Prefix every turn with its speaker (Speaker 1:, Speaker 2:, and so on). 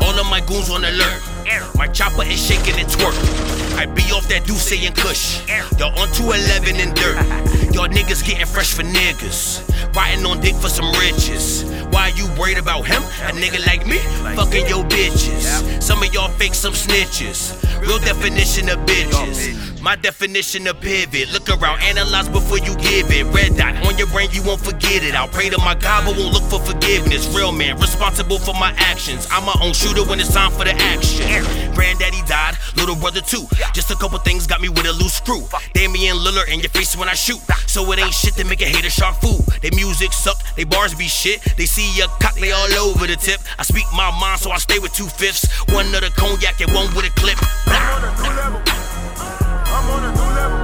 Speaker 1: phones on alert. My chopper is shaking and twerk. I be off that Duce and Kush. Y'all on 211 and dirt. Y'all niggas getting fresh for niggas. Riding on dick for some riches. Why you worried about him? A nigga like me? Fucking your bitches. Some of y'all fake some snitches. Real definition of bitches. My definition of pivot. Look around, analyze before you give it. Red dot on your brain, you won't forget it. I'll pray to my God, but won't look for forgiveness. Real man, responsible for my actions. I'm my own shooter when it's time for the action. Granddaddy died, little brother too. Just a couple things got me with a loose screw. Damian Lillard in your face when I shoot. So it ain't shit to make a hater shark fool. They music suck, they bars be shit. They see your cock, they all over the tip. I speak my mind, so I stay with two fifths. One of the cognac and one with a clip.
Speaker 2: I'm on a new level. I'm on a new level.